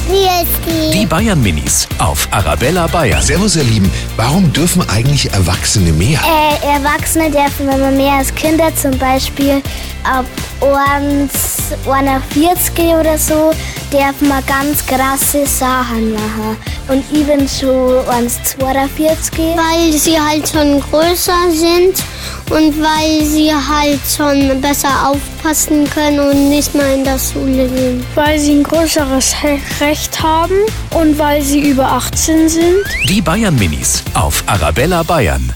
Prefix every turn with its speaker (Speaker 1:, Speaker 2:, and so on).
Speaker 1: Christi.
Speaker 2: Die Bayern Minis auf Arabella Bayern.
Speaker 3: Servus, ihr Lieben. Warum dürfen eigentlich Erwachsene mehr?
Speaker 1: Äh, Erwachsene dürfen immer mehr als Kinder, zum Beispiel ab 1, 41 oder so, dürfen wir ganz krasse Sachen machen. Und ich bin schon 1,42.
Speaker 4: Weil sie halt schon größer sind und weil sie halt schon besser aufpassen können und nicht mehr in der Schule gehen.
Speaker 5: Weil sie ein größeres He- Recht haben und weil sie über 18 sind.
Speaker 2: Die Bayern Minis auf Arabella Bayern.